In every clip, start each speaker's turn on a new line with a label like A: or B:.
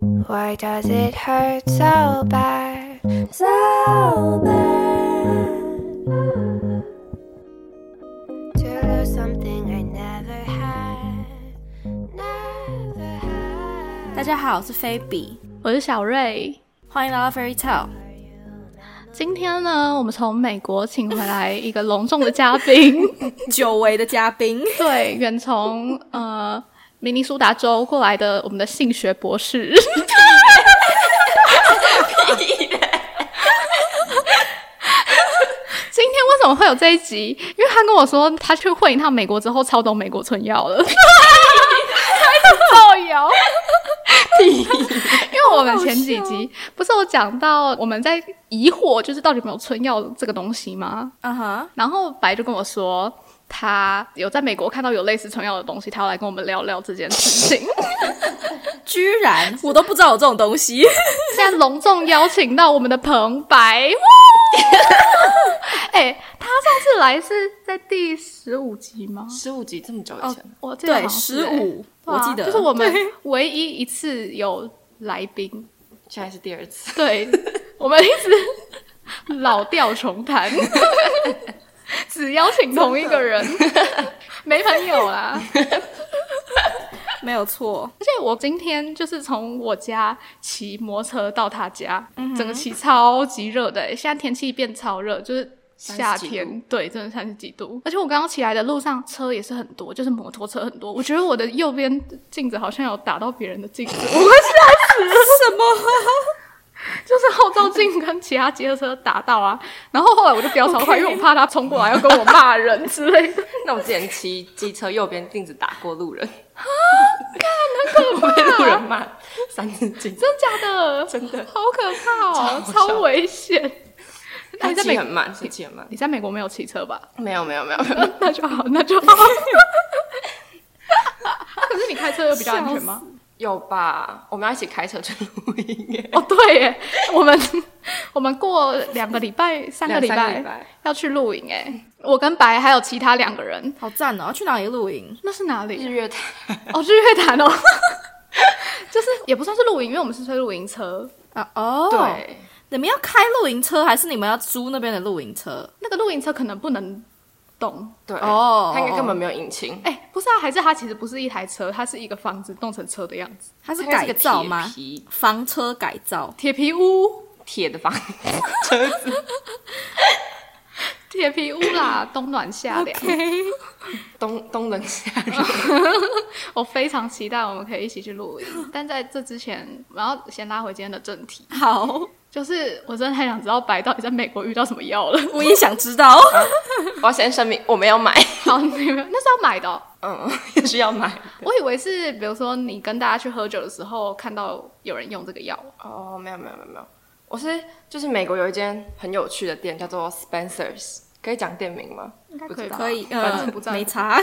A: Why does it hurt so bad? So bad. To lose something I never had. Never
B: 大
A: had.
B: 家好，我是菲比，
C: 我是小瑞。
B: 欢迎来到 Fairy Tale。
C: 今天呢，我们从美国请回来一个隆重的嘉宾，
B: 久违的嘉宾，
C: 对，远从呃明尼苏达州过来的我们的性学博士。今天为什么会有这一集？因为他跟我说，他去会一趟美国之后，超懂美国春药了，他一直造谣。因为我们前几集不是有讲到我们在疑惑，就是到底有没有春药这个东西吗？
B: 嗯哼，
C: 然后白就跟我说，他有在美国看到有类似春药的东西，他要来跟我们聊聊这件事情。
B: 居然我都不知道有这种东西，
C: 现在隆重邀请到我们的彭白， 哎、他上次来是在第十五集吗？
D: 十五集这么久以
C: 哦
D: 前，，
C: 我记
B: 对，
C: 得好像是
B: 十五，
C: 哎
B: 我
C: 对啊
B: 记得，
C: 就是我们唯一一次有来宾，
D: 现在是第二次。
C: 对我们一直老调重 弹，只邀请同一个人， 没朋友啦。
B: 没有错，
C: 而且我今天就是从我家骑摩托车到他家，整个骑超级热的、欸，现在天气变超热，就是。夏
D: 30几
C: 天对，真的三十几度，而且我刚刚起来的路上车也是很多，就是摩托车很多。我觉得我的右边镜子好像有打到别人的镜子， 我会吓死。什么？就是后照镜跟其他机车打到啊。然后后来我就飙超快，因为我怕他冲过来要跟我骂人之类的。
D: 那我之前骑机车右边镜子打过路人，啊，看很 可怕，被路人骂三字经，
C: 真的假的？
D: 真的
C: 好可怕哦，
D: 超好
C: 超
D: 笑
C: 危险。那
D: 他
C: 你在
D: 骑
C: 美
D: 很慢，是骑很慢。
C: 你在美国没有骑车 吧？
D: 哎没有没有没有没有，
C: 那就好， 那就好。可是你开车有比较安全吗？
D: 有吧？我们要一起开车去录音耶。
C: 哦，对耶，我们我们过两个礼 拜、三个礼
D: 两三个
C: 拜
D: 礼拜
C: 要去露营哎，我跟白还有其他两个人，
B: 好赞哦！去哪里露营？
C: 那是哪
D: 日
C: 里？
D: 月潭，
C: 哦，日月潭哦，就是也不算是露营，因为我们是推露营车，
B: 啊哦，，
D: 对，
B: 你们要开露营车，还是你们要租那边的露营车？
C: 那个露营车可能不能动。
D: 对，
B: 哦
D: 他应该根本没有引擎，
C: 哎、不是啊，还是它其实不是一台车，它是一个房子弄成车的样子，
B: 它是
D: 它应该
B: 改
D: 个
B: 造
D: 铁
B: 吗？
D: 皮
B: 房车改造，
C: 铁皮屋，
D: 铁的房车子，
C: 铁皮屋啦，冬暖夏凉。
D: 东东冷西冷
C: 我非常期待我们可以一起去露营， 但在这之前，我要先拉回今天的正题，
B: 好，
C: 就是我真的太想知道白到底在美国遇到什么药 了。
B: 我也想知道。
D: 我要先声明，我没有买，
C: 好，你们那是要买的哦、
D: 嗯， 也是要买。
C: 我以为是比如说你跟大家去喝酒的时候看到有人用这个药，
D: 哦，没有没有没有没有，我是就是美国有一间很有趣的店叫做 Spencer's，可以讲店名吗？
C: 应该
D: 不
C: 可以
D: 知
C: 吧？
D: 道
B: 可以，
C: 反
B: 呃
C: 正不，在
B: 没
C: 乎。
B: 差。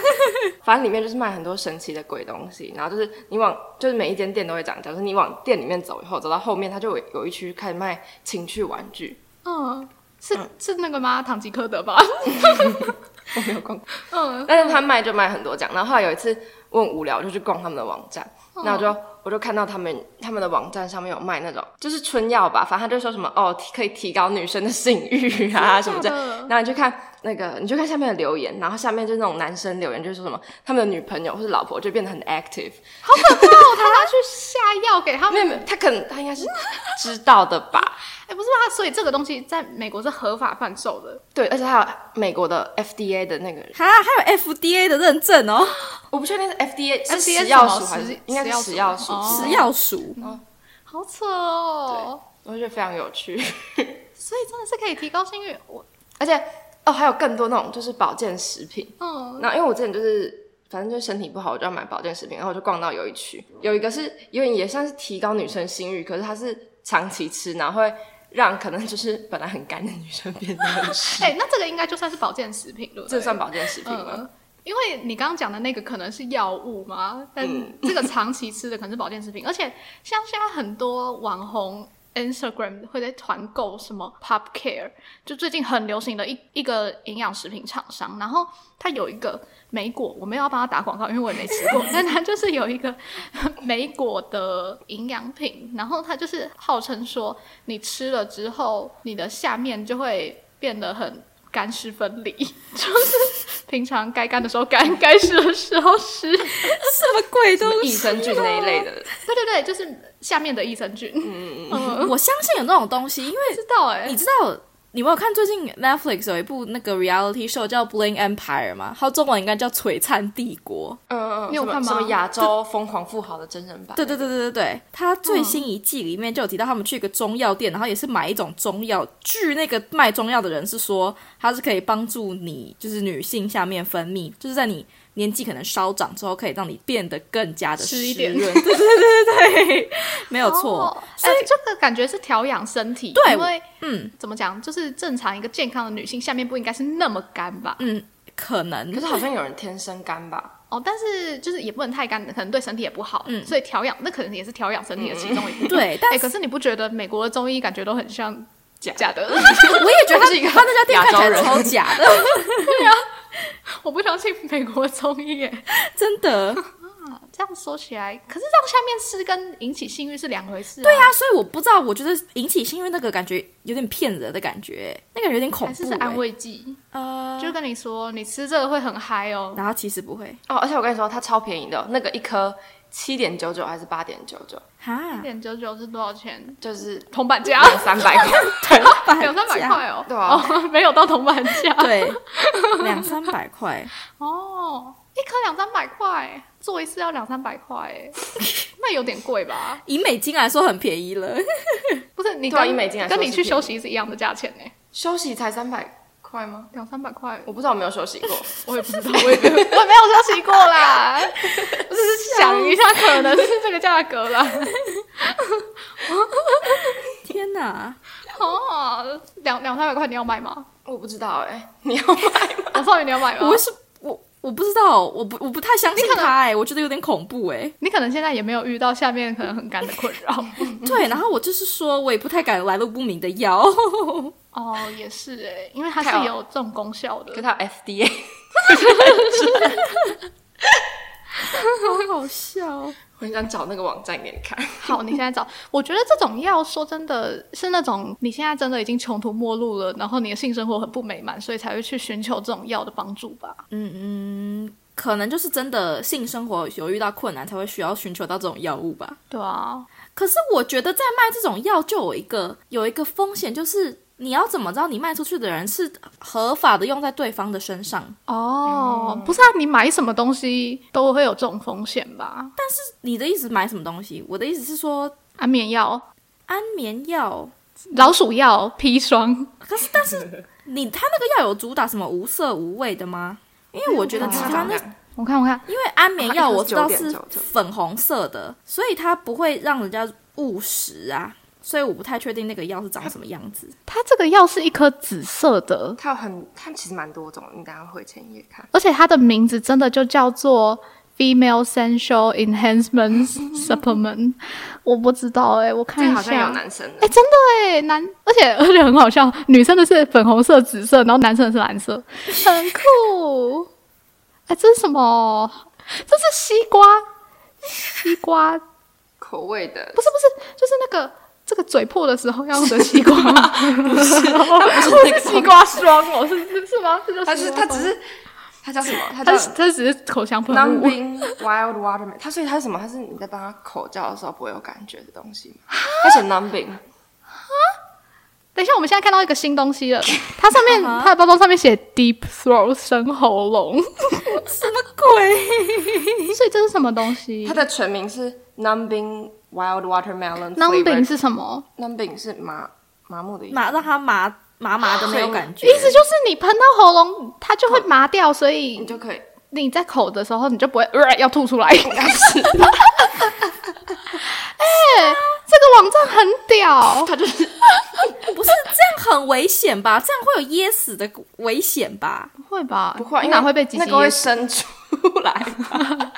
D: 反正里面就是卖很多神奇的鬼东西，然后就是你往就是每一间店都会讲，假如你往店里面走以后，走到后面它就有有一区开始卖情趣玩具，
C: 嗯，是是那个吗？唐吉诃德吧？
D: 我 没有逛过，
C: 嗯，
D: 但是他卖就卖很多这样。然后后来有一次我很无聊，我就去逛他们的网站，那我就。我就看到他们他们的网站上面有卖那种就是春药吧，反正他就说什么哦提可以提高女生的性欲啊什么
C: 真
D: 的
C: 的假，的
D: 然后你去看那个，你去看下面的留言，然后下面就是那种男生留言，就是说什么他们的女朋友或是老婆就变得很 active，
C: 哦那他要去下药给他
D: 啊没
C: 们？
D: 有没有，他可能他应该是知道的 吧？
C: 哎、不是吧？所以这个东西在美国是合法贩售的。
D: 对，而且还有美国的 FDA 的那个人，
B: 哈，还有 FDA 的认证哦，
D: 我不确定是 FDA 是
C: FDA
D: 食药
C: 什
D: 署
C: 么
D: 还是
C: 食
D: 应该是食药署
C: 食药，署哦
B: 食药署。
C: 好扯哦！
D: 我就觉得非常有趣，
C: 所以真的是可以提高性欲。我
D: 而且哦还有更多那种就是保健食品，
C: 嗯，
D: 那因为我之前就是，反正就是身体不好，我就要买保健食品，然后我就逛到有一区，有一个是有点也算是提高女生性欲，可是它是长期吃，然后会让可能就是本来很干的女生变得很 湿，
C: 哎、那这个应该就算是保健食品，对不对？
D: 这算保健食品吗？
C: 嗯，因为你刚刚讲的那个可能是药物
D: 嗯
C: 嘛，但这个长期吃的可能是保健食品，而且像现在很多网红 Instagram 会在团购什么 Pop Care，就最近很流行的一一个营养食品厂商，然后它有一个莓果，我没有要帮他打广告，因为我也没吃过， 但它就是有一个 莓果的营养品，然后它就是号称说你吃了之后，你的下面就会变得很干湿分离，就是平常该干的时候干，该湿的时候 湿。
B: 什么鬼东
D: 益生菌那一类的，
C: 对对对，就是下面的益生菌。嗯，
B: 我相信有这种东西，因为
C: 知道哎、
B: 你知道你有没有看最近 Netflix 有一部那个 reality show 叫《Bling Empire》吗？它中文应该叫《璀璨帝国》。
D: 嗯嗯，
C: 你有
D: 什么
C: 看吗
D: 什么亚洲疯狂富豪的真人版？
B: 对对对对对对，他最新一季里面就有提到，他们去一个中药店，然后也是买一种中药。据那个卖中药的人是说，它是可以帮助你，就是女性下面分泌，就是在你年纪可能稍长之后，可以让你变得更加的
C: 湿
B: 湿
C: 一
B: 润。
C: 点
B: 对 对对对对，没有错。
C: 哦哎、这个感觉是调养身体，
B: 对
C: 因为
B: 嗯
C: 怎么讲，就是正常一个健康的女性下面不应该是那么干吧？
B: 嗯，可能
D: 可是好像有人天生干吧？
C: 哦，但是就是也不能太干，可能对身体也不好，
B: 嗯
C: 所以调养那可能也是调养身体的其中一部分。
B: 对，
C: 哎、
B: 但是
C: 嗯可是你不觉得美国的中医感觉都很像
D: 假
C: 假 的？
B: 我也觉得
D: 我
B: 他
D: 是一个
B: 他那家店
D: 亚
B: 看
D: 洲
B: 起来
D: 人
B: 超假的。
C: 我不相信美国中医耶。
B: 真的，
C: 这样说起来，可是让下面吃跟引起性欲是两回事、啊。
B: 对啊，所以我不知道，我觉得引起性欲那个感觉有点骗人的感觉，那感觉有点恐怖、
C: 还是是安，慰剂，
D: 嗯
B: 呃，
C: 就跟你说，你吃这个会很嗨哦。
B: 然后其实不会，
D: 哦，而且我跟你说，它超便宜的，那个一颗七点九九还是八点九九，
B: 哈
C: 一，点九九是多少钱？
D: 就是
C: 铜板 价
D: 三百块。
C: 有三百块啊哦，
D: 对啊
C: 哦， 没有到铜板价。，
B: 对，两三百块，
C: 哦，一颗两三百块，做一次要两三百块，哎 那有点贵吧？
B: 以美金来说很便宜了。
C: 不是你
D: 对啊
C: 跟
D: 以美金来说
C: 跟你
D: 是
C: 去
D: 便宜
C: 休息是一样的价钱呢，
D: 休息才三百块吗？
C: 两三百块，
D: 我不知道，我没有休息 过。
C: 我也不知道，我也没有， 我没有休息过 啦，我只是想一下，可能是这个价格啦。
B: 天哪，
C: 哦，两两三百块你要买吗？
D: 我不知道哎、 你要买吗？
C: 王少宇你要买吗
B: 我？是我我不知道，我不我不太相信
C: 你可能
B: 他哎、我觉得有点恐怖哎、
C: 你可能现在也没有遇到下面可能很干的困扰。
B: 对，然后我就是说我也不太敢来路不明的 腰，
C: 哦，也是哎，因为它
D: 太好
C: 是有这种功效的
D: 跟。他 FDA
B: 好笑。
C: 哦
D: 我很想找那个网站给你看。
C: 好，你现在找，我觉得这种药说真的是那种你现在真的已经穷途末路了，然后你的性生活很不美满，所以才会去寻求这种药的帮助吧。
B: 可能就是真的性生活有遇到困难，才会需要寻求到这种药物吧。
C: 对啊，
B: 可是我觉得在卖这种药，就有一个有一个风险，就是你要怎么知道你卖出去的人是合法的用在对方的身上？
C: 哦，不是啊，你买什么东西都会有这种风险吧？
B: 你的意思买什么东西？我的意思是说
C: 安眠药、
B: 安眠药，
C: 老鼠药、砒霜，
B: 可是但是你他那个药有主打什么无色无味的吗？因为我觉得其
D: 它
B: 他
D: 长
B: 那
D: 那
C: 我看我看，
B: 因为安眠药我知道
D: 它一颗
B: 是
D: 9.99
B: 粉红色的，所以它不会让人家误食啊，所以我不太确定那个药是长什么样子。
C: 它这个药是一颗紫色的，
D: 它有很，它其实蛮多种，你等一下回前页看。
C: 而且它的名字真的就叫做 Female Sensual Enhancement Supplement，我不知道哎、我看
D: 这
C: 一
D: 好像
C: 下
D: 有。男生
C: 哎、
D: 的，
C: 真的哎，男，而且而且很好笑，女生的是粉红色、紫色，然后男生的是蓝色，很酷。哎、这是什么？这是西瓜，西瓜不
D: 口味的，
C: 是不是，就是那个这个嘴破的时候要用的西瓜， 不 是，
D: 不是那个
C: 西瓜霜哦，是是是吗？这就是
D: 它是它只是它叫什么？它叫
C: 它是它只是口香喷雾。
D: Numbing Wild Watermelon。它所以它是什么？它是你在帮它口叫的时候不会有感觉的东西 吗？而且 Numbing
C: 等一下，我们现在看到一个新东西了，它上面它的包装上面写 Deep Throat 深喉咙，
B: 什么鬼？
C: 所以这是什么东西
D: 它的全名是 Numbing Wild Watermelon
C: ？Numbing
D: flavored-
C: 是什么？
D: Numbing 是麻麻木的意思。
B: 麻让它麻麻麻的没有感觉
C: 意。思就是你喷到喉咙，它就会麻掉，所
D: 你
C: 以
D: 就可以，
C: 你在口的时候，你就不会、呃、要吐出来。
D: 应该是
C: 这个网站很屌，它就是
B: 不是这样很危险吧？这样会有噎死的危险吧？
C: 不会吧？
D: 不会，
C: 你
D: 因为
C: 哪会被鸡鸡
D: 那个会
C: 噎死？
D: 生出来吧。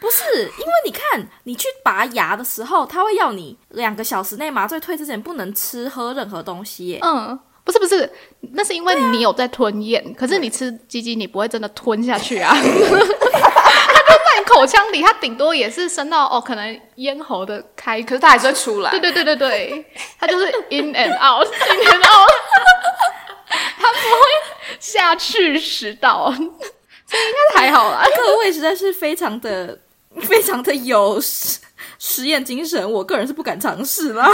B: 不是，因为你看，你去拔牙的时候，他会要你两个小时内麻醉退之前不能吃喝任何东西耶。
C: 嗯，不是不是，那是因为你有在吞咽，可是你吃鸡鸡你不会真的吞下去啊，它 就在你口腔里，它顶多也是伸到哦，可能咽喉的开
D: 可是它还是会出来。
C: 对对对对对，它就是 in and out，in and out，它不会下去食道，所以应该是还好啦。
B: 各位实在是非常的、 非常的有实实验精神，我个人是不敢尝试啦，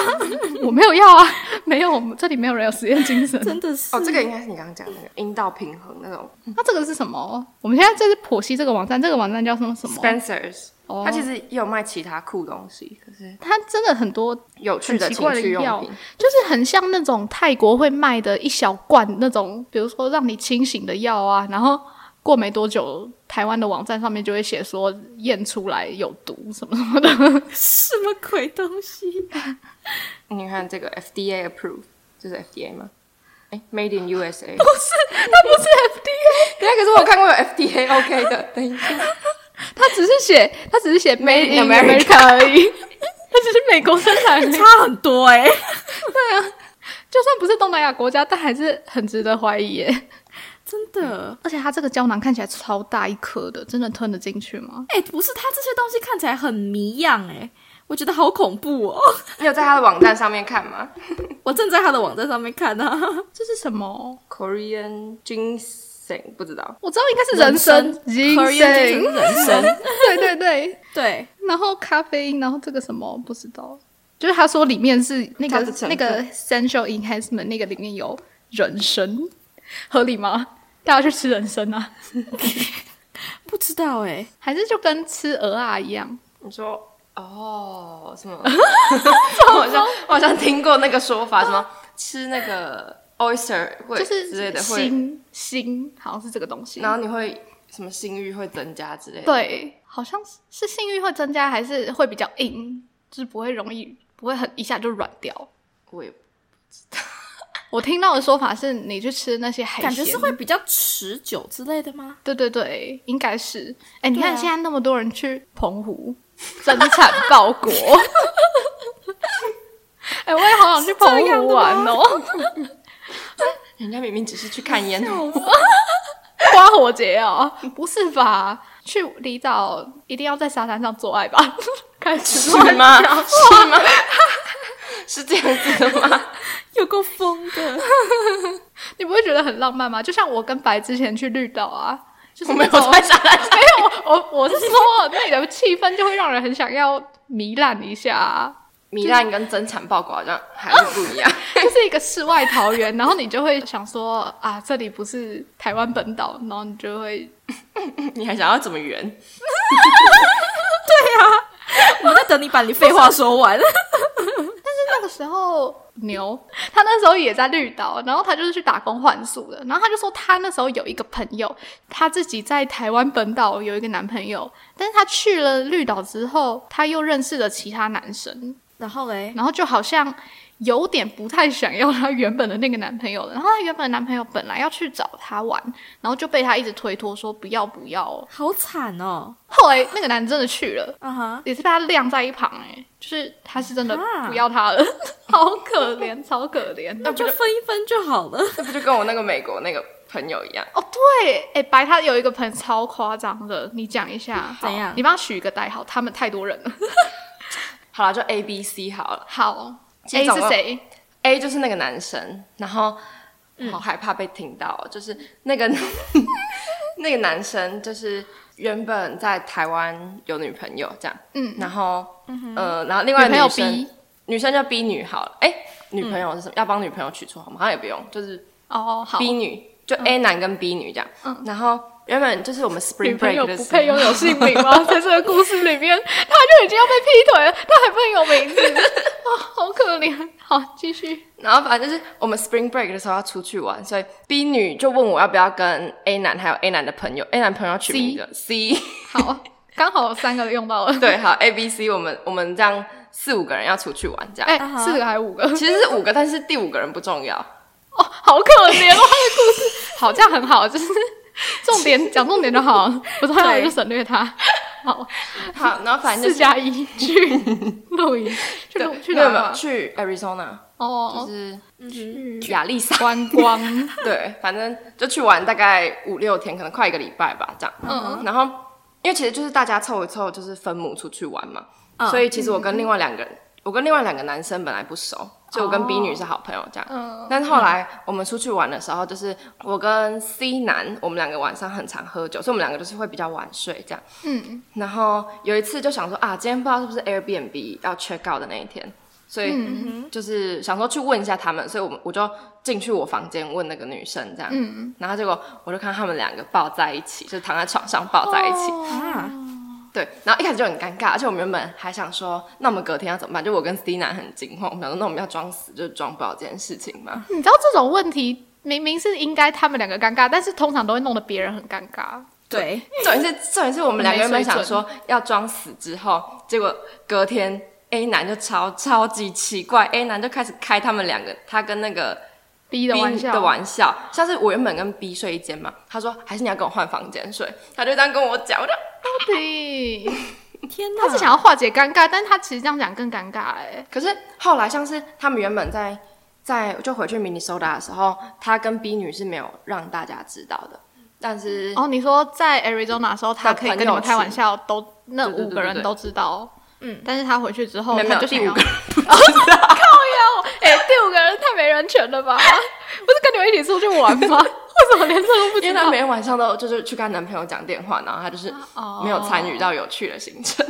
C: 我没有要啊，没有，我们这里没有人有实验精神。
B: 真的是。
D: 哦，这个应该是你刚刚讲的那个阴道平衡那种
C: 那这个是什么？我们现在在这剖析这个网站，这个网站叫什么什么？
D: Spencers，
C: 哦
D: 它其实也有卖其他酷东西，可是
C: 它真的很多，
D: 有趣的
C: 很奇怪
D: 情
C: 的
D: 趣用
C: 药
D: 品。
C: 就是很像那种泰国会卖的一小罐那种，比如说让你清醒的药啊，然后过没多久，台湾的网站上面就会写说验出来有毒什 么什么的。
B: 什么鬼东西？
D: 你看这个 FDA approved，就是 FDA 吗？哎，Made in USA。对啊， 可是我有看过有 FDA OK 的。等一下，
C: 它只是写，它只是写 Made in
D: in
C: America 而已，它只是美国生产而已。
B: 差很多哎、
C: 就算不是东南亚国家，但还是很值得怀疑耶。
B: 真的。
C: 而且它这个胶囊看起来超大一颗的，真的吞得进去吗？
B: 哎、不是，它这些东西看起来很迷样哎、我觉得好恐怖哦。
D: 你有在他的网站上面看吗
B: 我正在他的网站上面看呢、啊。
C: 这是什么？
D: ？Korean ginseng 不知道，
C: 我知道应该是人参，人
B: Korean 精神人生，
C: 对对对。
B: 对，
C: 然后咖啡因，然后这个什么不知道，就是他说里面是那
D: 它
C: 个
D: 的成分
C: 那个 essential enhancement 那个里面有人参，合理吗？大家去吃人参啊，
B: 不知道哎、
C: 还是就跟吃鹅啊一样？
D: 你说哦什 么？我好像我好像听过那个说法，什么吃那个 oyster 会
C: 就是
D: 之类的会，
C: 心心好像是这个东西，
D: 然后你会什么性欲会增加之类的。，
C: 对，好像是是性欲会增加，还是会比较硬，就是不会容易不会很一下就软掉。
D: 我也
C: 我听到的说法是，你去吃那些海鲜，
B: 感觉是会比较持久之类的吗？
C: 对对对，应该是。哎，你
B: 对啊
C: 看现在那么多人去澎湖 增产报国， 哎，我也好想去澎
B: 这样
C: 湖
B: 的吗
C: 玩哦，
D: 人家明明只是去看 烟
C: 啊
D: 火。
C: 花火节哦，不是吧？去离岛一定要在沙滩上做爱吧？ 开始
D: 是吗？是吗？ 是这样子的吗？
B: 有够疯的，
C: 你不会觉得很浪漫吗？就像我跟白之前去绿岛啊，就是
D: 我没有
C: 那种
D: 在沙滩上
C: 没有，我我我是说那里的气氛就会让人很想要糜烂一下、啊，
D: 糜烂跟增产报国好像还是不 一样。
C: 就是一个世外桃源，然后你就会想说啊，这里不是台湾本岛，然后你就会
D: 你还想要怎么圆？
B: 我在等你把你废话说完。
C: 那个时候牛， 他那时候也在绿岛，然后他就是去打工换宿的，然后他就说他那时候有一个朋友，他自己在台湾本岛有一个男朋友，但是他去了绿岛之后，他又认识了其他男生，
B: 然后嘞，
C: 然后就好像有点不太想要她原本的那个男朋友了。然后她原本的男朋友本来要去找她玩，然后就被她一直推脱说不要不要哦。
B: 好惨哦，
C: 后来那个男的真的去了，
B: 啊哈，
C: 也是被她晾在一旁、哎，就是他是真的
B: 啊
C: 不要她了， 好可怜，超可怜。
B: 那就分一分就好了。
D: 这不就跟我那个美国那个朋友一样？
C: 哦，对，哎、白他有一个朋友超夸张的，你讲一下，好
B: 怎样
C: 你帮他取一个代号，他们太多人了。
D: 好了，就 A B C 好了。
C: 好
D: 其
C: ，A
D: 实总
C: 是
D: 共
C: 谁？
D: A 就是那个男生，然后
C: 嗯
D: 好害怕被听到哦、就是那个 那个男生，就是原本在台湾有女朋友这样，
C: 嗯，
D: 然后、呃，然后另外
C: 女朋友
D: 女生
C: B
D: 女生叫 B 女好了，哎、女朋友是什么？要帮女朋友取绰号吗？好像也不用，就是
C: 哦，嗯好，嗯
D: B 女，就 A 男跟 B 女这样，然后。原本就是我们
C: 女
D: Spring
C: 朋
D: Break
C: 友
D: 的
C: 不
D: 时
C: 配
D: 候，
C: 拥有姓名吗？ 在这个故事里面，他就已经要被劈腿了，他还不能有名字，啊、好可怜。好，继续。
D: 然后反正就是我们 Spring Break 的时候要出去玩，所以 B 女就问我要不要跟 A 男还有 A 男的朋友，A 男朋友取名的 C
C: 好，刚好三个用到了。
D: 对，好，A、B、C，我们我们这样四五个人要出去玩，这样。
C: 哎、
B: 啊哈
C: 四个还是五个？
D: 其实是五个，但是第五个人不重要。
C: 哦，好可怜哦，他的故 事。好，这样很好，就是重点讲重点就好，不重要的就省略它。好，
D: 好，然后反正就
C: 四
D: 是
C: 加一去露 营，去露
D: 对
C: 去
D: 没有没
C: 哪
D: 有
C: 啊？
D: 去 Arizona，就
C: 哦，
D: 是
C: 去
D: 亚利桑，
C: 观光，
D: 对，反正就去玩大概五六天，可能快一个礼拜吧，这样。
C: 嗯，
D: 然后因为其实就是大家凑一凑，就是分母出去玩嘛，
B: 嗯
D: 所以其实我跟另外两个人，
C: 嗯
D: 我跟另外两个男生本来不熟，所以我跟 B 女是好朋友这样。
C: 哦嗯
D: 但是后来我们出去玩的时候，就是我跟 C 男，我们两个晚上很常喝酒，所以我们两个就是会比较晚睡这样。
C: 嗯，
D: 然后有一次就想说啊，今天不知道是不是 Airbnb 要 check out 的那一天，所以就是想说去问一下他们，所以我们我就进去我房间问那个女生这样，
C: 嗯
D: 然后结果我就看他们两个抱在一起，就躺在床上抱在一起，
C: 哦
B: 啊，
D: 对，然后一开始就很尴尬，而且我们原本还想说，那我们隔天要怎么办？就我跟 C 男很惊慌，我们想说那我们要装死，就是装不了这件事情嘛。
C: 你知道这种问题明明是应该他们两个尴尬，但是通常都会弄得别人很尴尬。
B: 对，
D: 重点是重点是我们两个原本想
C: 没水
D: 说要装死之后，结果隔天 A 男就超超级奇怪，A 男就开始开他们两个他跟那个
C: B
D: B
C: 的玩笑，
D: 的玩笑，像是我原本跟 B 睡一间嘛，他说还是你要跟我换房间睡，他就这样跟我讲，我就
C: 对，
B: 天哪，
C: 他是想要化解尴尬，但他其实这样讲更尴尬哎。
D: 可是后来像是他们原本在在就回去 Minnesota 的时候，他跟 B 女是没有让大家知道的，但是、
C: 哦，你说在 Arizona 的时候，他可以跟你们开玩笑，都那
D: 对对对
C: 五个人
D: 对
C: 都知道。
B: 嗯
C: 但是他回去之后，
D: 没有没
C: 他就
D: 有第
C: 想
D: 五
C: 要
D: 个人
C: 靠腰，哎、第五个人太没人权了吧？不 是跟你们一起出去玩吗？ 为什么连这个都不
D: 因
C: 知
D: 为她
C: 道？
D: 每天晚上都就是去跟她男朋友讲电话，然后她就是
C: 哦
D: 没有参与到有趣的行程。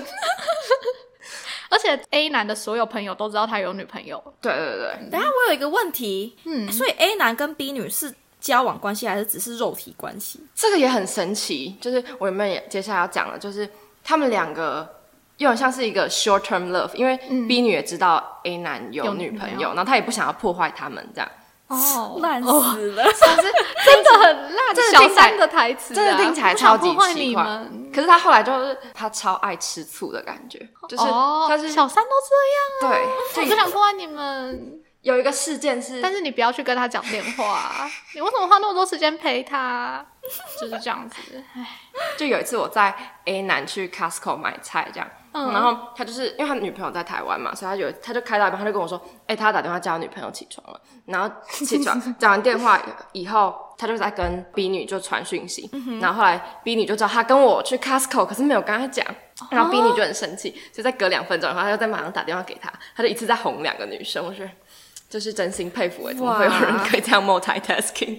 C: 而且 A 男的所有朋友都知道他有女朋友，
D: 对对对，
B: 等一下我有一个问题，
C: 嗯
B: 所以 A 男跟 B 女是交往关系还是只是肉体关系？
D: 这个也很神奇，就是我们也接下来要讲的，就是他们两个。有点像是一个 short term love，因为
C: 嗯
D: B 女也知道 A 男有
C: 有
D: 女
C: 女
D: 朋
C: 朋友
D: 友，然后她也不想要破坏他们这样，
C: 哦
B: 烂
C: 哦，
B: 死了！
D: 但是
C: 真的很烂，
D: 真的
C: 小
D: 听起来
C: 三的台词、啊，
D: 真的听起来
C: 我想
D: 超级
C: 破坏
D: 奇
C: 你
D: 怪
C: 们
D: 可是他后来就是他超爱吃醋的感觉，就是
C: 哦，
D: 他是、
C: 小三都这样啊，我
D: 对，就
C: 只想破坏你们。
D: 有一个事件是，
C: 但是你不要去跟他讲电话，啊你为什么花那么多时间陪他？就是这样子，
D: 就有一次我在 A 南去 Costco 买菜这样，
C: 嗯
D: 然后他就是因为他女朋友在台湾嘛，所以他有他就开到一半，他就跟我说，哎、他打电话叫他女朋友起床了，然后 起床讲完电话以后。他就在跟 B 女就传讯息，
C: 嗯
D: 然后后来 B 女就知道他跟我去 Costco，可是没有跟他讲，
C: 哦
D: 然后 B 女就很生气，所以再隔两分钟，然后他就再马上打电话给他，他就一次在哄两个女生，我觉得这是真心佩服哎、怎么会有人可以这样 multitasking？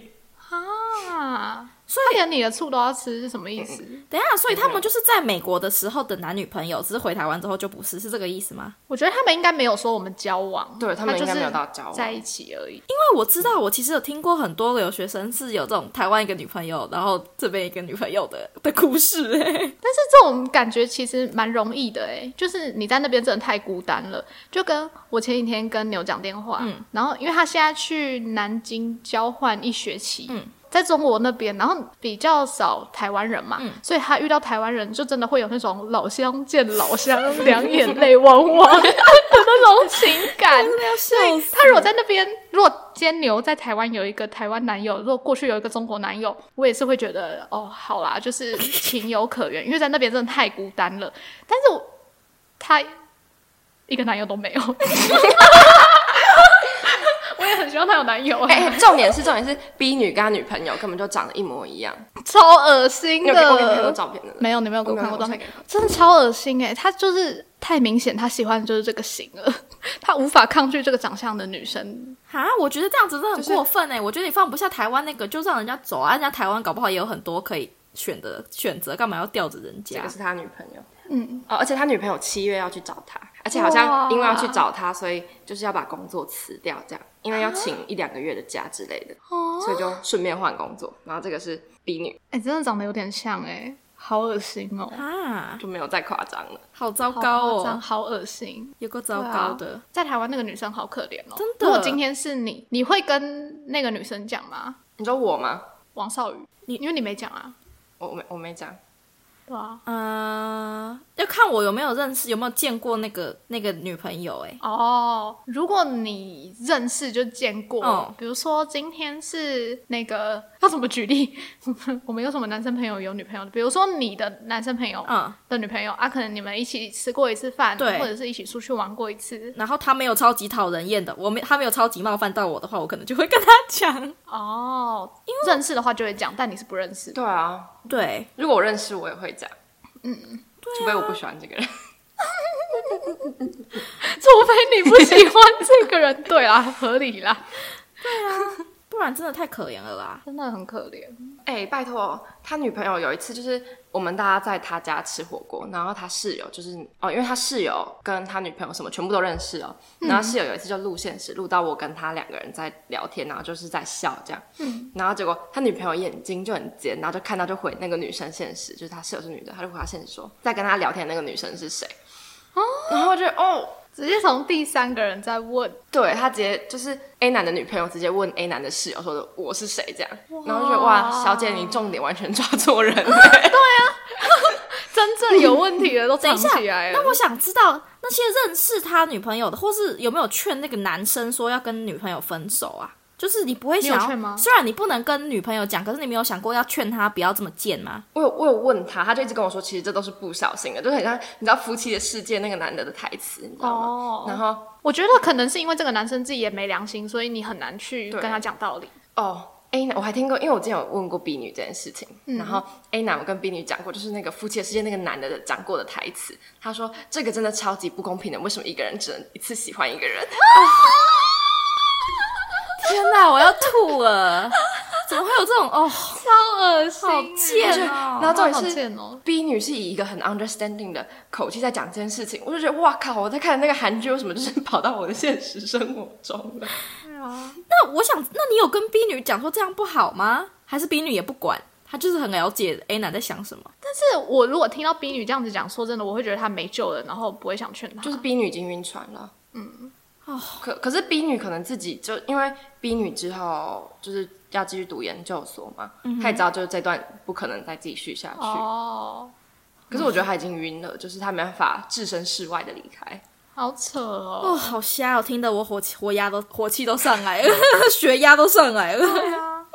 C: 啊，所以连你的醋都要吃是什么意 思？
D: 嗯
B: 等一下，所以他们就是在美国的时候的男女朋友，只是回台湾之后就不是，是这个意思吗？
C: 我觉得他们应该没有说我们交往，
D: 对他们
C: 就
D: 应该
C: 是
D: 没有到交往
C: 在一起而已。
B: 因为我知道，我其实有听过很多留学生是有这种台湾一个女朋友，然后这边一个女朋友的的故事、哎，
C: 但是这种感觉其实蛮容易的哎，就是你在那边真的太孤单了。就跟我前几天跟牛讲电话，
B: 嗯
C: 然后因为他现在去南京交换一学期，
B: 嗯
C: 在中国那边，然后比较少台湾人
B: 嗯
C: 嘛，所以他遇到台湾人就真的会有那种老乡见 老乡，两眼泪汪汪 的那种情 感。
B: 要笑死！
C: 他
D: 嗯
C: 如果在那边，如果今天牛在台湾有一个台湾男友，如果过去有一个中国男友，我也是会觉得哦，好啦，就是情有可原，因为在那边真的太孤单了。但是我他一个男友都没有， 我也很希望他有男友、哎，
D: 哎、重点是重点是 B 女跟她女朋友根本就长得一模一样。
C: 超恶心
D: 你有给我给你看过
C: 的。
D: 照片的？
C: 没有，你没有给
D: 我
C: 我
D: 没有
C: 看过照
D: 给我看过
C: 片，真的超恶心哎、他就是太明显，他喜欢的就是这个型了， 他无法抗拒这个长相的女生。
B: 啊，我觉得这样子真的很过分哎、我觉得你放不下台湾那个，就让人家走啊，人家台湾搞不好也有很多可以选的选择，干嘛要吊着人
C: 啊
D: 这
B: 家
D: 个？是他女朋友
C: 嗯，
D: 哦，而且他女朋友七月要去找他，而且好像因为要去找他，所以就是要把工作辞掉，这样，因为要请一两个月的假之类的，
C: 哦
D: 所以就顺便换工作。然后这个是 B 女，
C: 哎、真的长得有点像哎、好恶心哦、
B: 啊，
D: 就没有再夸张了。
B: 好糟
C: 好
B: 糕
C: 夸张
B: 哦，
C: 好恶心，
B: 有够糟糕的。
C: 在台湾那个女生好可怜哦、
B: 真的
C: 如果今天是你，你会跟那个女生讲吗？
D: 你说我吗？
C: 王少宇，你因为你没讲啊，
D: 我我没我没讲，
C: 对啊。
B: 嗯，要看我有没有认识，有没有见过那个那个女朋友、欸。哎，
C: 哦，如果你认识就见过，
B: 嗯
C: 比如说今天是那个要怎么举例？ 我们有什么男生朋友有女朋友的？比如说你的男生朋友
B: 嗯，
C: 的女朋友、啊，可能你们一起吃过一次饭，
B: 对
C: 或者是一起出去玩过一次。
B: 然后他没有超级讨人厌的，我没他没有超级冒犯到我的话，我可能就会跟他讲。
C: 哦，认识的话就会讲，但你是不认识的。
D: 对啊，
B: 对，
D: 如果我认识我也会讲，嗯，除非我不喜欢这个 人。
C: 除非你不喜欢这个人，对 啦，合理啦，
B: 不然真的太可怜了啦。
C: 真的很可怜。
D: 哎、拜托，他女朋友有一次就是我们大家在他家吃火锅，然后他室友就是哦，因为他室友跟他女朋友什么全部都认识哦，然后室友有一次就录现实，录到我跟他两个人在聊天，然后就是在笑这样，嗯，然后结果他女朋友眼睛就很尖，然后就看到就回那个女生现实，就是他室友是女的，他就回他现实说，在跟他聊天的那个女生是谁，哦，然后就哦。
C: 直接从第三个人在问，
D: 对他直接就是 A 男的女朋友直接问 A 男的室友说的我是谁这样，然后就觉得哇，小姐你重点完全抓错人了。
C: 真正有问题 的都
B: 等一
C: 藏
B: 下，
C: 起来了。
B: 那我想知道那些认识他女朋友的，或是有没有劝那个男生说要跟女朋友分手啊？就是你不会
C: 你有
B: 想要
C: 劝吗
B: 虽然你不能跟女朋友讲，可是你没有想过要劝他不要这么贱吗？
D: 我有我有问他，他就一直跟我说，其实这都是不小心的，就是很像你知道《夫妻的世界》那个男的的台词，你知道吗？
C: 哦，
D: 然后
C: 我觉得可能是因为这个男生自己也没良心，所以你很难去
D: 对
C: 跟他讲道理。
D: 哦，A 男我还听过，因为我之前有问过 B 女这件事情，
C: 嗯
D: 然后 A 男我跟 B 女讲过，就是那个《夫妻的世界》那个男的讲过的台词，他说这个真的超级不公平的，为什么一个人只能一次喜欢一个人？
B: 天哪，我要吐了！ 怎么会有这种哦？
C: 超恶心
B: 好贱
C: 哦
B: 哦！
D: 然后重
C: 好
D: 点是
C: 贱哦，
D: B 女是以一个很 understanding 的口气在讲这件事情，我就觉得哇靠！我在看那个韩剧，为什么就是跑到我的现实生活中了？
B: 那我想，那你有跟 B 女讲说这样不好吗？还是 B 女也不管，她就是很了解 A 男在想什么？
C: 但是我如果听到 B 女这样子讲，说真的，我会觉得她没救了，然后不会想劝她。
D: 就是 B 女已经晕船了。
B: 哦，
D: 可可是 B 女可能自己就因为 B 女之后就是要继续读研究所嘛，她也知道就是这段不可能再继续下去。
C: 哦，
D: 可是我觉得她已经晕了，就是她没办法置身事外的离开。
C: 好扯
B: 哦，
C: 哦。
B: 好瞎哦！听得我火气火压都火气都上来了， 血压都上来了，
C: 对啊，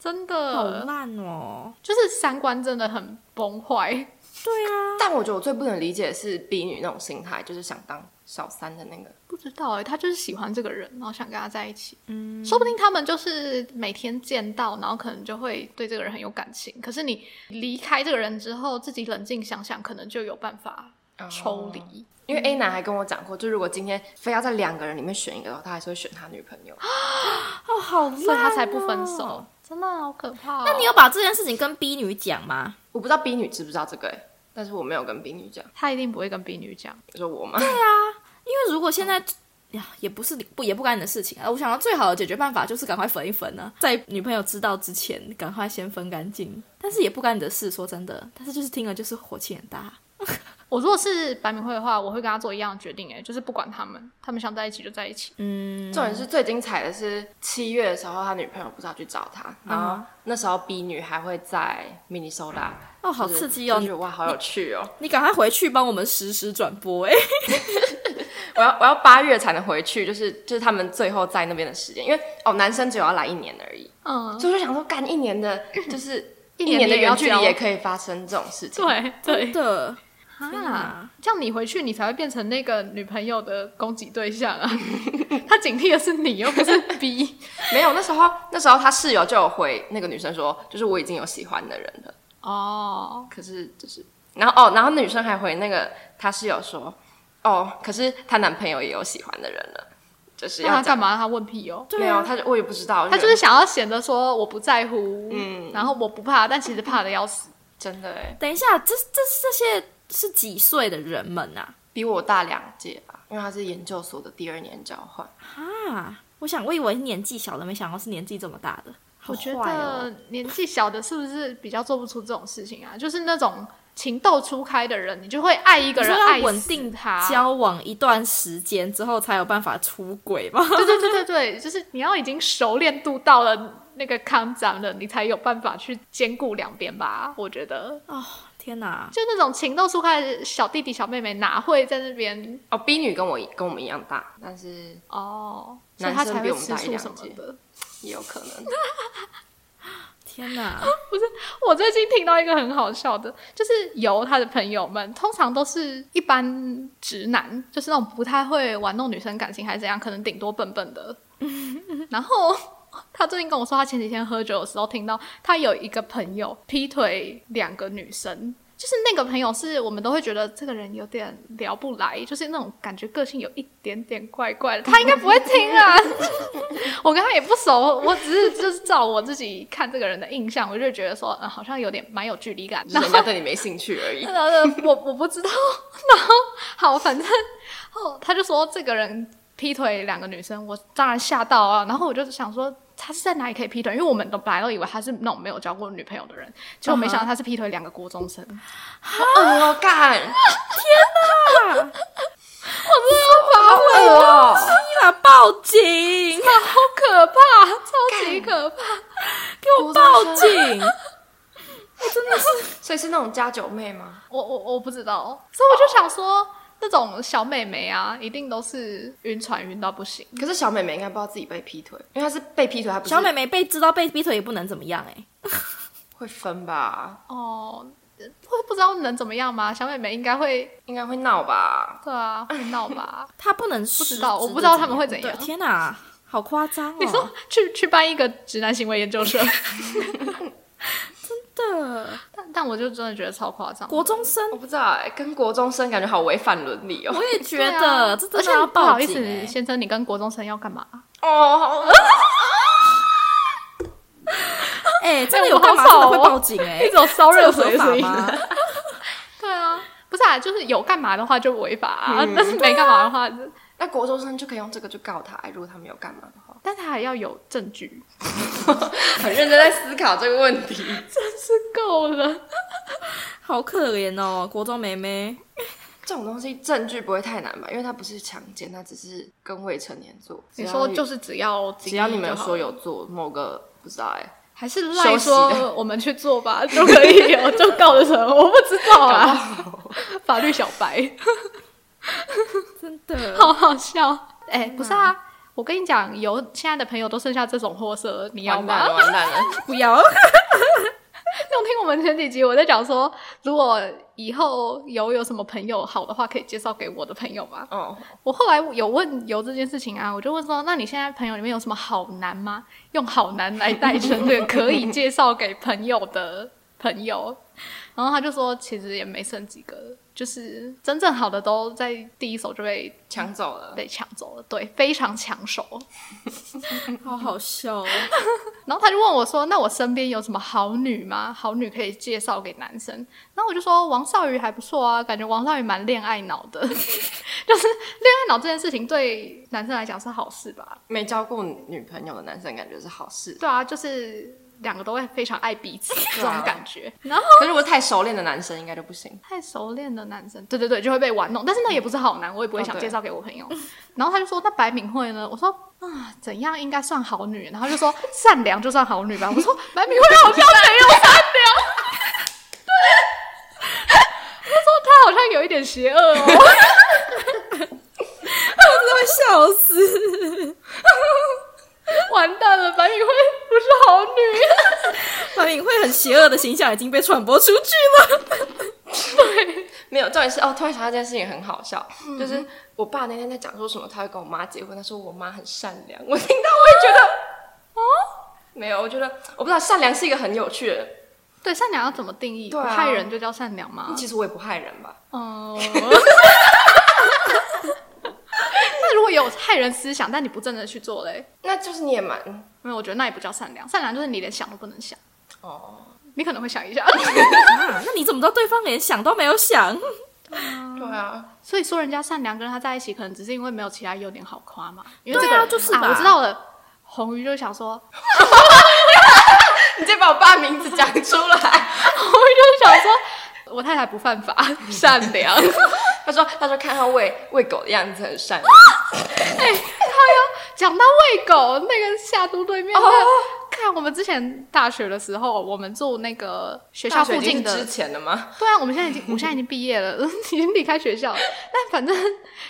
C: 真
B: 好
C: 的，
B: 烂哦！
C: 就是三观真的很崩坏。
B: 对啊，
D: 但我觉得我最不能理解的是 B 女那种心态，就是想当小三的那个。
C: 不知道哎、他就是喜欢这个人，然后想跟他在一起。嗯，说不定他们就是每天见到，然后可能就会对这个人很有感情。可是你离开这个人之后，自己冷静想想，可能就有办法抽离。
D: 因为 A 男还跟我讲过，就如果今天非要在两个人里面选一个的话，他还是会选他女朋友。
B: 哦，好烂、
C: 所以他才不分手。。真的好可怕、哦
B: 那你有把这件事情跟 B 女讲吗？
D: 我不知道 B 女知不知道这个、欸，但是我没有跟 B 女讲，
C: 他一定不会跟 B 女讲，
D: 你说我吗？
B: 因为如果现在。哎呀，也不是你不也不干你的事情啊！我想到最好的解决办法就是赶快分一分呢、在女朋友知道之前，赶快先分干净。但是也不干你的事，说真的，但是就是听了就是火气很大。
C: 我如果是白明慧的话，我会跟他做一样的决定、哎，就是不管他们，他们想在一起就在一起。
B: 嗯，
D: 重点是最精彩的是七月的时候，他女朋友不是要去找他，
B: 嗯
D: 然后那时候 B 女还会在 Minnesota，
B: 哦，好
D: 就是
B: 刺激哦！
D: 就
B: 你
D: 觉得哇，好有趣哦！
B: 你赶快回去帮我们实时转播哎、
D: 我要我要八月才能回去，就是就是他们最后在那边的时间，因为哦，男生只有要来一年而已，
B: 哦
C: 嗯，
D: 所以我就想说，干一 年的，就是
C: 一
D: 一年的
C: 也要
D: 远距离
C: 交
D: 也可以发生这种事情，
C: 对
B: 真
C: 对
B: 的，
C: 啊，这样你回去，你才会变成那个女朋友的攻击对象啊！ 他警惕的是你，又不是 B。
D: 没有，那时候那时候他室友就有回那个女生说，就是我已经有喜欢的人了，
C: 哦，
D: 可是就是，然后哦，然后女生还回那个他室友说，哦，可是她男朋友也有喜欢的人了，就是
C: 那他
D: 要
C: 干
D: 讲
C: 嘛？他问屁哦。
D: 没有，啊他就我也不知道，
C: 他
D: 觉
C: 就
D: 得
C: 是想要显得说我不在乎，嗯，然后我不怕，但其实怕的要死。
D: 真的哎，
B: 等一下，这这这些是几岁的人们啊？
D: 比我大两届吧，因为他是研究所的第二年交换，
B: 啊，我想我以为是年纪小的，没想到是年纪这么大的。好
C: 我觉
B: 坏哦
C: 得年纪小的是不是比较做不出这种事情啊？就是那种情窦初开的人，你就会爱一个人
B: 你，说要
C: 爱死
B: 稳定
C: 他，
B: 交往一段时间之后才有办法出轨吗？
C: 对对对对对，就是你要已经熟练度到了那个康展了，你才有办法去兼顾两边吧？我觉得，
B: 哦， 天哪！
C: 就那种情窦初开的小弟弟小妹妹哪会在那边
D: 哦，B 女跟我一跟我们一样大，但是
C: 哦，所以
D: 男
C: 他
D: 生
C: 才
D: 比
C: 会
D: 我们
C: 吃
D: 大一
C: 醋
D: 两
C: 什么
D: 届
C: 的。
D: 也有 可能。
B: 天哪！
C: 我最近听到一个很好笑的，就是由他的朋友们，通常都是一般直男，就是那种不太会玩弄女生感情还是怎样，可能顶多笨笨的。然后 他最近跟我说，他前几天喝酒的时候听到他有一个朋友劈腿两个女生。就是那个朋友，是我们都会觉得这个人有点聊不来，就是那种感觉个性有一点点怪怪的。他应该不会听啊， 我跟他也不熟，我只是就是照我自己看这个人的印象，我就觉得说，嗯，好像有点蛮有距离感。
D: 就
C: 然
D: 是
C: 后
D: 人家对你没兴趣而已。
C: 然后我我不知道，然后好，反正哦，他就说这个人劈腿两个女生，我当然吓到啊。然后我就想说，他是在哪里可以劈腿？因为我们都本来都以为他是那种没有交过女朋友的人，结果没想到他是劈腿两个国中生。
D: 恶哦干！天 哪！我真的好恶哦！
B: 你俩报 警！
C: 好可怕，超级可怕！
B: 给我报警！
D: 所以是那种家九妹吗？
C: 我我我不知道，所以我就想说，那种小妹妹啊，一定都是晕船晕到不行。
D: 可是小美美应该不知道自己被劈腿，因为她是被劈腿，她不是
B: 小美美被知道被劈腿也不能怎么样哎、
D: 会分吧？
C: 哦，会不知道能怎么样吗？小妹妹应该会，
D: 应该会闹吧？
C: 对啊，会闹吧？
B: 她不能
C: 知
B: 实
C: 道
B: 质
C: 我不
B: 地
C: 知道他们会怎
B: 对
C: 样
B: 天哪，好夸张 哦！
C: 你说去去办一个直男行为研究生，
B: 的
C: 但但我就真的觉得超夸张的。
B: 国中生，
D: 我不知道哎、跟国中生感觉好违反伦理哦。
B: 我也觉
C: 对啊
B: 得、这
C: 而
B: 真
C: 且
B: 的要
C: 不好
B: 报
C: 意
B: 警、
C: 思，
B: 欸。
C: 先生，你跟国中生要干嘛？
D: 哦，好恶
B: 哎、真的
C: 哎
B: 有
C: 我好
B: 干嘛真的
C: 吵
B: 会
C: 哦
B: 报警 哎、
C: 一种骚
B: 这
C: 扰
B: 有
C: 谁
B: 合法
C: 谁
B: 吗？
C: 对啊，不是啊，就是有干嘛的话就违法啊， 但是没干嘛的话，
D: 那国中生就可以用这个去告他、哎如果他没有干嘛的话。
C: 但他还要有证据，
D: 很认真在思考这个问题。
C: 够了。
B: 好可怜哦，国中妹妹。
D: 这种东西证据不会太难吧？因为他不是强奸，他只是跟未成年做。
C: 你说就是是只要
D: 只要你
C: 们
D: 们有说有做某个不知道哎、
C: 还是
D: 休
C: 赖
D: 息
C: 说
D: 的
C: 我们去做吧，就可以有就告的什么，我不知道啊。法律小白，
B: 真 的，
C: 好好笑。哎、不是啊，我跟你讲，有现在的朋友都剩下这种货色，你要
D: 完蛋了，
C: 吗？
D: 完蛋了！
B: 不 要
C: 那我听我们前几集我在讲说，如果以后有有什么朋友好的话，可以介绍给我的朋友吗？
D: 哦，
C: 我后来有问游这件事情啊，我就问说，那你现在朋友里面有什么好男吗？用好男来代称这个可以介绍给朋友的朋友，然后他就说，其实也没剩几个，就是真正好的都在第一手就被
D: 抢走了。
C: 被抢走了，对，非常抢手。
B: 好好笑哦。
C: 然后他就问我说：“那我身边有什么好女吗？好女可以介绍给男生？”然后我就说：“王少宇还不错啊，感觉王少宇蛮恋爱脑的， 就是恋爱脑这件事情对男生来讲是好事吧？
D: 没交过女朋友的男生感觉是好事，
C: 对啊，就是两个都会非常爱彼此这种感觉。然后
D: 可是如果太熟练的男生应该就不行。
C: 太熟练的男生，对对对，就会被玩弄，但是那也不是好男，我也不会
D: 哦
C: 想
D: 对
C: 介绍给我朋友。然后他就说：“那白敏慧呢？”我说：“啊，怎样应该算好女？”然后他就说：“ 善良就算好女吧。”我说：“白敏慧好像没有善良。”对， 他说他好像有一点邪恶哦。
B: 我真的会笑死，
C: 完蛋了，白敏慧不是好女。
B: 白敏慧很邪恶的形象已经被传播出去了。
D: 没有，重点是哦，突然想到这件事情很好笑，
C: 嗯
D: 就是我爸那天在讲说什么他会跟我妈结婚，他说我妈很善良，我听到我也觉得，哦，没有，我觉得我不知道善良是一个很有趣的人，
C: 对，善良要怎么定义？
D: 对啊
C: 不害人就叫善良吗？
D: 其实我也不害人吧，
C: 哦。 那如果有害人思想，但你不真的去做嘞？
D: 那就是你也蛮
C: 没有，我觉得那也不叫善良。善良就是你连想都不能想，
D: 哦，
C: 你可能会想一 下。
B: 啊那你怎么知道对方连想都没有想？
D: 对啊，
C: 所以说人家善良跟他在一起，可能只是因为没有其他优点好夸嘛。因为这
B: 对啊
C: 个人
B: 就是吧
C: 啊，我知道了。红鱼就想说，
D: 你直接把我爸名字讲出来，
C: 红鱼就想说，我太太不犯法，善良。
D: 他说他说看他喂喂狗的样子很
C: 啊
D: 善良，
C: 哎，靠哟！讲到喂狗，那个下都对面那个
D: 哦
C: 看看我们之前大学的时候，我们住那个学校
D: 大学
C: 附
D: 已经
C: 近
D: 是
C: 的
D: 之前的吗？
C: 对啊，我们现在已经，我现在已经毕业了， 已经离开学校了。但反正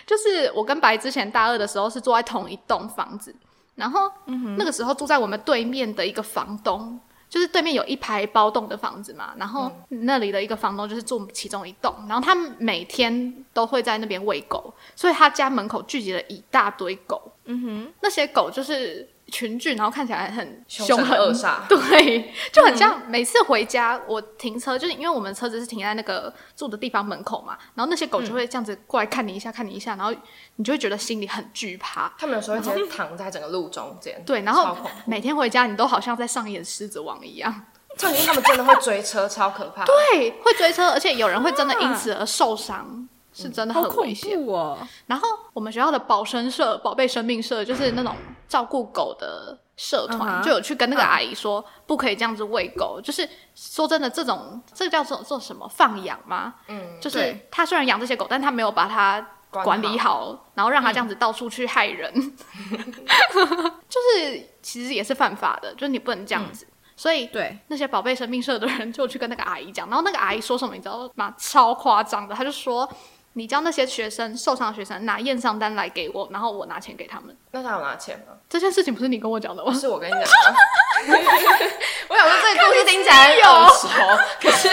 C: 就是我跟白之前大二的时候是住在同一栋房子，然后、
D: 嗯
C: 那个时候住在我们对面的一个房东，就是对面有一排包栋的房子嘛，然后
D: 嗯
C: 那里的一个房东就是住其中一栋，然后他每天都会在那边喂狗，所以他家门口聚集了一大堆狗。嗯哼，那些狗就是。群聚，然后看起来很
D: 凶
C: 狠
D: 神恶煞， 嗯
C: 对，就很像每次回家我停车，就是因为我们车子是停在那个住的地方门口嘛，然后那些
D: 嗯
C: 狗就会这样子过来看你一下，看你一下，然后你就会觉得心里很惧怕。
D: 他们有时候会直接躺在整个路中间，
C: 对，然
D: 超
C: 后
D: 恐怖
C: 每天回家你都好像在上演狮子王一 样，
D: 重点是他们真的会追车，超可怕。
C: 对，会追车，而且有人会真的因此而受伤，是真
B: 嗯
C: 的
B: 好
C: 很危
B: 恐
C: 险。
B: 怖哦！
C: 然后我们学校的保生社、宝贝生命社，就是那种照顾狗的社团
B: 嗯哼
C: 就有去跟那个阿姨说，不可以这样子喂狗。就是说真的，这种这叫做做什么放养吗？
D: 嗯，
C: 就是
B: 对
C: 他虽然养这些狗，但他没有把它
D: 管
C: 管理
D: 好
C: 好，然后让它这样子到处去害人，就是其实也是犯法的，就是你不能这样子。所以
B: 对，
C: 那些宝贝生命社的人就去跟那个阿姨讲，然后那个阿姨说什么你知道吗？超夸张的，她就说你叫那些学生受伤的学生拿验伤单来给我，然后我拿钱给他们。
D: 那他有拿钱吗？
C: 这件事情不是你跟我讲的吗？
D: 是我跟你讲的。我想说这个故事听起来很耳熟，可是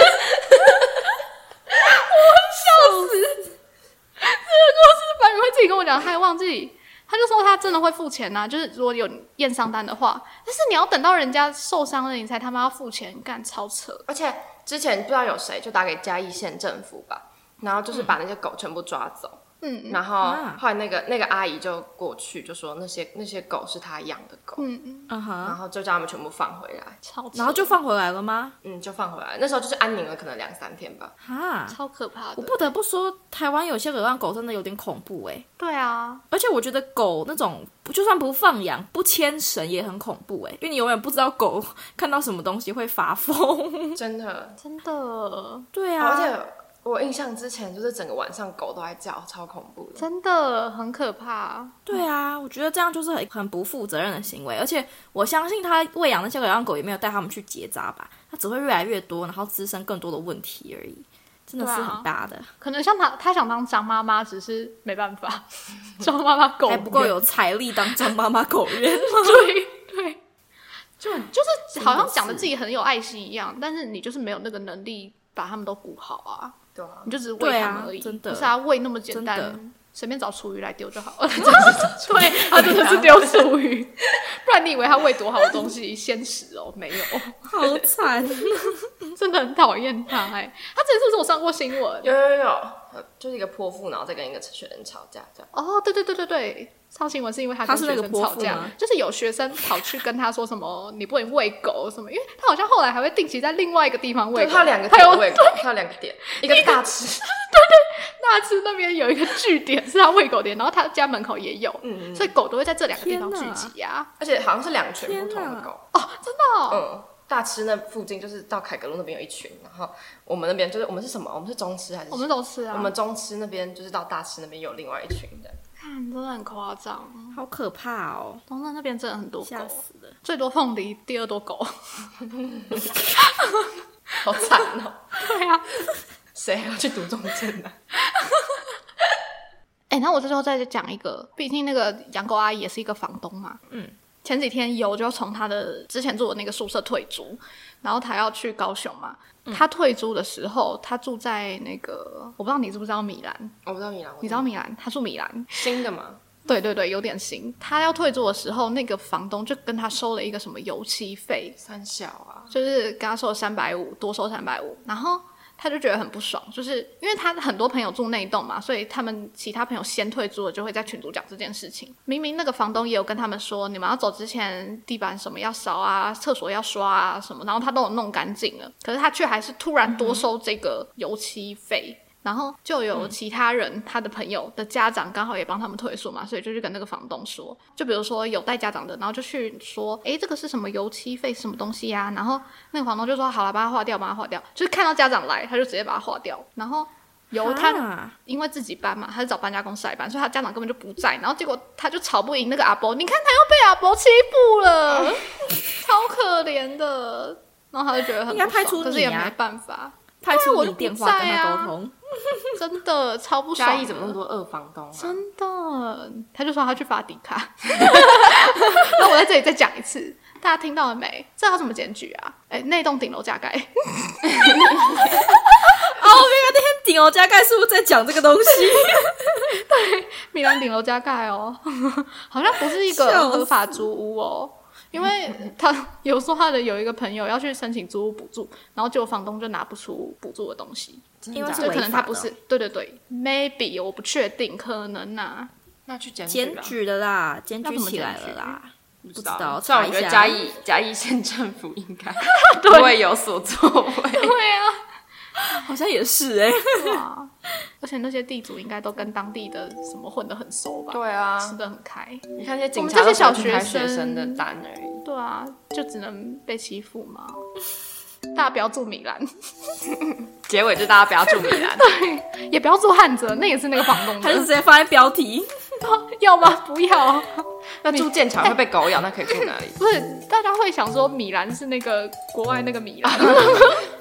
C: 白宇辉自己跟我讲，他还忘记，他就说他真的会付钱呐、啊就是如果有验伤单的话，但是你要等到人家受伤了，你才他妈要付钱，干超扯。
D: 而且之前不知道有谁就打给嘉义县政府吧，然后就是把那些狗全部抓走。
C: 嗯
D: 然后
B: 啊
D: 后来那个那个阿姨就过去，就说那些那些狗是她养的狗，
C: 嗯，
B: 嗯
D: 然
B: 哼，
D: 后就叫他们全部放回来，
C: 超扯
B: 然后就放回来了吗？
D: 嗯，就放回来。那时候就是安宁了，可能两三天吧。
B: 哈，
C: 超可怕
B: 我
C: 的。
B: 不得不说，台湾有些流浪狗真的有点恐怖哎、
C: 对啊，
B: 而且我觉得狗那种不就算不放养、不牵绳也很恐怖哎、因为你永远不知道狗看到什么东西会发疯。
D: 真的。
C: 真的，
B: 对啊，
D: 而且我印象之前就是整个晚上狗都在叫，超恐怖的。
C: 真的很可怕。
B: 对啊，我觉得这样就是很很不负责任的行为。而且我相信他喂养那些流浪狗也没有带他们去结扎吧，它只会越来越多，然后滋生更多的问题而已。真的是
C: 对啊
B: 很大的，
C: 可能像他，他想当张妈妈，只是没办法， 张妈妈狗
B: 还不够有财力当张妈妈狗人。
C: 对对，就就是
B: 真
C: 好像
B: 的
C: 讲的
B: 是
C: 自己很有爱心一样，但是你就是没有那个能力把他们都顾好啊，
D: 对啊，
C: 你就只是喂
B: 对
C: 他
B: 啊
C: 们而已，
B: 真的
C: 不是啊，喂那么简
B: 真的
C: 单，随便找厨余来丢就好 了。 对，他真的是丢厨余，不然你以为他喂多好的东西？鲜食哦，没有，
B: 好惨！哦
C: 真的很讨厌他哎、他之前是不是我上过新闻？
D: 有有有，呃就是一个泼妇，然后再跟一个学生吵架这样。
C: 哦，对对对对对，上新闻是因为他
B: 他
C: 跟
B: 是
C: 学
B: 那个
C: 生
B: 泼
C: 吵
B: 妇
C: 架
B: 吗，
C: 就是有学生跑去跟他说什么你不能喂狗什么，因为他好像后来还会定期在另外一个地方喂
D: 对，
C: 狗，
D: 它有两个
C: 他有
D: 点喂狗，它有两个点，一个是大 吃，
C: 那次那边有一个据点是他喂狗点，然后他家门口也有，所以狗都会在这两个地方聚
B: 天哪
C: 集呀、
D: 而且好像是两群不同的狗。
C: 啊。哦，
D: 嗯，大吃那附近就是到凯格路那边有一群，然后我们那边就是我们是什么？我们是中吃还是？
C: 我们都吃啊，
D: 我们中吃那边就是到大吃那边有另外一群的。
C: 看真的很夸张，
B: 好可怕哦，
C: 东正那边真的很多
B: 吓
C: 狗，
B: 死了！
C: 最多凤梨，第二多狗。
D: 好惨哦！
C: 对啊，
D: 谁还要去读中正呢、
C: 哎、那我这时候再讲一个，毕竟那个养狗阿姨也是一个房东嘛。嗯，前几天游就从他的之前住的那个宿舍退租，然后他要去高雄嘛。他退租的时候，他住在那个我不知道你知不知道米兰，
D: 我不知道米兰，
C: 你知道米兰，他住米兰。
D: 新的吗？
C: 对对对，有点新。他要退租的时候，那个房东就跟他收了一个什么油漆费，
D: 三小啊，
C: 就是跟他收三百五，多收三百五，然后他就觉得很不爽，就是因为他很多朋友住那一栋嘛，所以他们其他朋友先退租了，就会在群组讲这件事情。明明那个房东也有跟他们说，你们要走之前地板什么要扫啊，厕所要刷啊什么，然后他都有弄干净了，可是他却还是突然多收这个油漆费。然后就
B: 嗯
C: 有其他人，他的朋友的家长刚好也帮他们退宿嘛，所以就去跟那个房东说，就比如说有带家长的，然后就去说，诶，这个是什么油漆费什么东西呀、然后那个房东就说，好了，把它划掉，把它划掉，就是看到家长来，他就直接把它划掉。然后由他
B: 啊
C: 因为自己搬嘛，他是找搬家公司来搬，所以他家长根本就不在。然后结果他就吵不赢那个阿伯，你看他又被阿伯欺负了，
B: 啊
C: 超可怜的。然后他就觉得很
B: 应该
C: 不爽
B: 派出
C: 可是
B: 你
C: 也
B: 啊
C: 没办法，
B: 派
C: 对啊
B: 出
C: 我
B: 你
C: 就不
B: 电话跟
C: 在
B: 他
C: 啊
B: 沟通，
C: 真的超不爽
D: 嘉
C: 的。
D: 义怎么那么多二房东啊？
C: 真的，他就说他去发迪卡。 那我在这里再讲一次，大家听到了没？这要怎么检举啊？哎、那栋顶楼加盖，
B: 哦，我原来那天顶楼加盖是不是在讲这个东 西？
C: 米兰顶楼加盖哦，好像不是一
B: 笑
C: 个
B: 死
C: 合法租屋哦。因为他有说他的有一个朋友要去申请租屋补助，然后结果房东就拿不出补助的东西，
D: 真的
B: 因为
D: 假
C: 就
D: 的
B: 是
C: 可能他不
B: 违
C: 是对对对，maybe 我不确定，可能呐、啊
D: 那去检
B: 检
D: 吧，
B: 举的啦，检举
C: 那怎么
B: 起来
C: 检
B: 了
C: 举
B: 啦。
D: 不
B: 知
D: 知
B: 道
D: 道。
B: 查
D: 但我
B: 一
D: 觉
B: 下
D: 得嘉义 嘉义县政府应 该不会有所作
B: 哎
D: 为。
C: 对啊，
B: 好像也是哎、
C: 哇！啊而且那些地主应该都跟当地的什么混得很熟吧？
D: 对啊
C: 吃得很开。
D: 你看那些警
C: 我们
D: 察
C: 这
D: 都
C: 些小
D: 只是拍
C: 学
D: 学
C: 生
D: 生的单而已。
C: 对啊，就只能被欺负嘛。大家不要住米兰，
D: 结尾就大家不要啊住米兰，
C: 啊也不要住汉泽，那也是那个房东
B: 他就直
C: 的。
B: 接放在标题，
C: 要吗？不要。
D: 那住建厂会被狗咬，那可以住 哪里？
C: 不是，大家会想说米兰是那个国外那个米兰，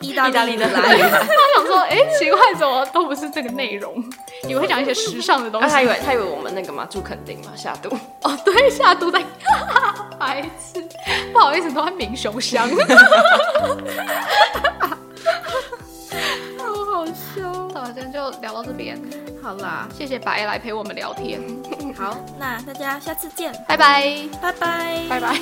B: 意大利的
D: 意 大利
B: 来，
C: 他想说，哎、奇怪，怎么都不是这个内容？也会讲一些时尚的东
D: 那
C: 西。
D: 啊他以为他以为我们那个嘛住垦丁嘛下毒，
C: 哦，对，下毒在，白痴，不好意思，都在民雄乡，
B: 好好笑。
C: 那我今天就聊到这边，
B: 好啦，
C: 谢谢白来陪我们聊天，
B: 好，那大家下次见，
C: 拜拜，
B: 拜拜。
C: 拜拜。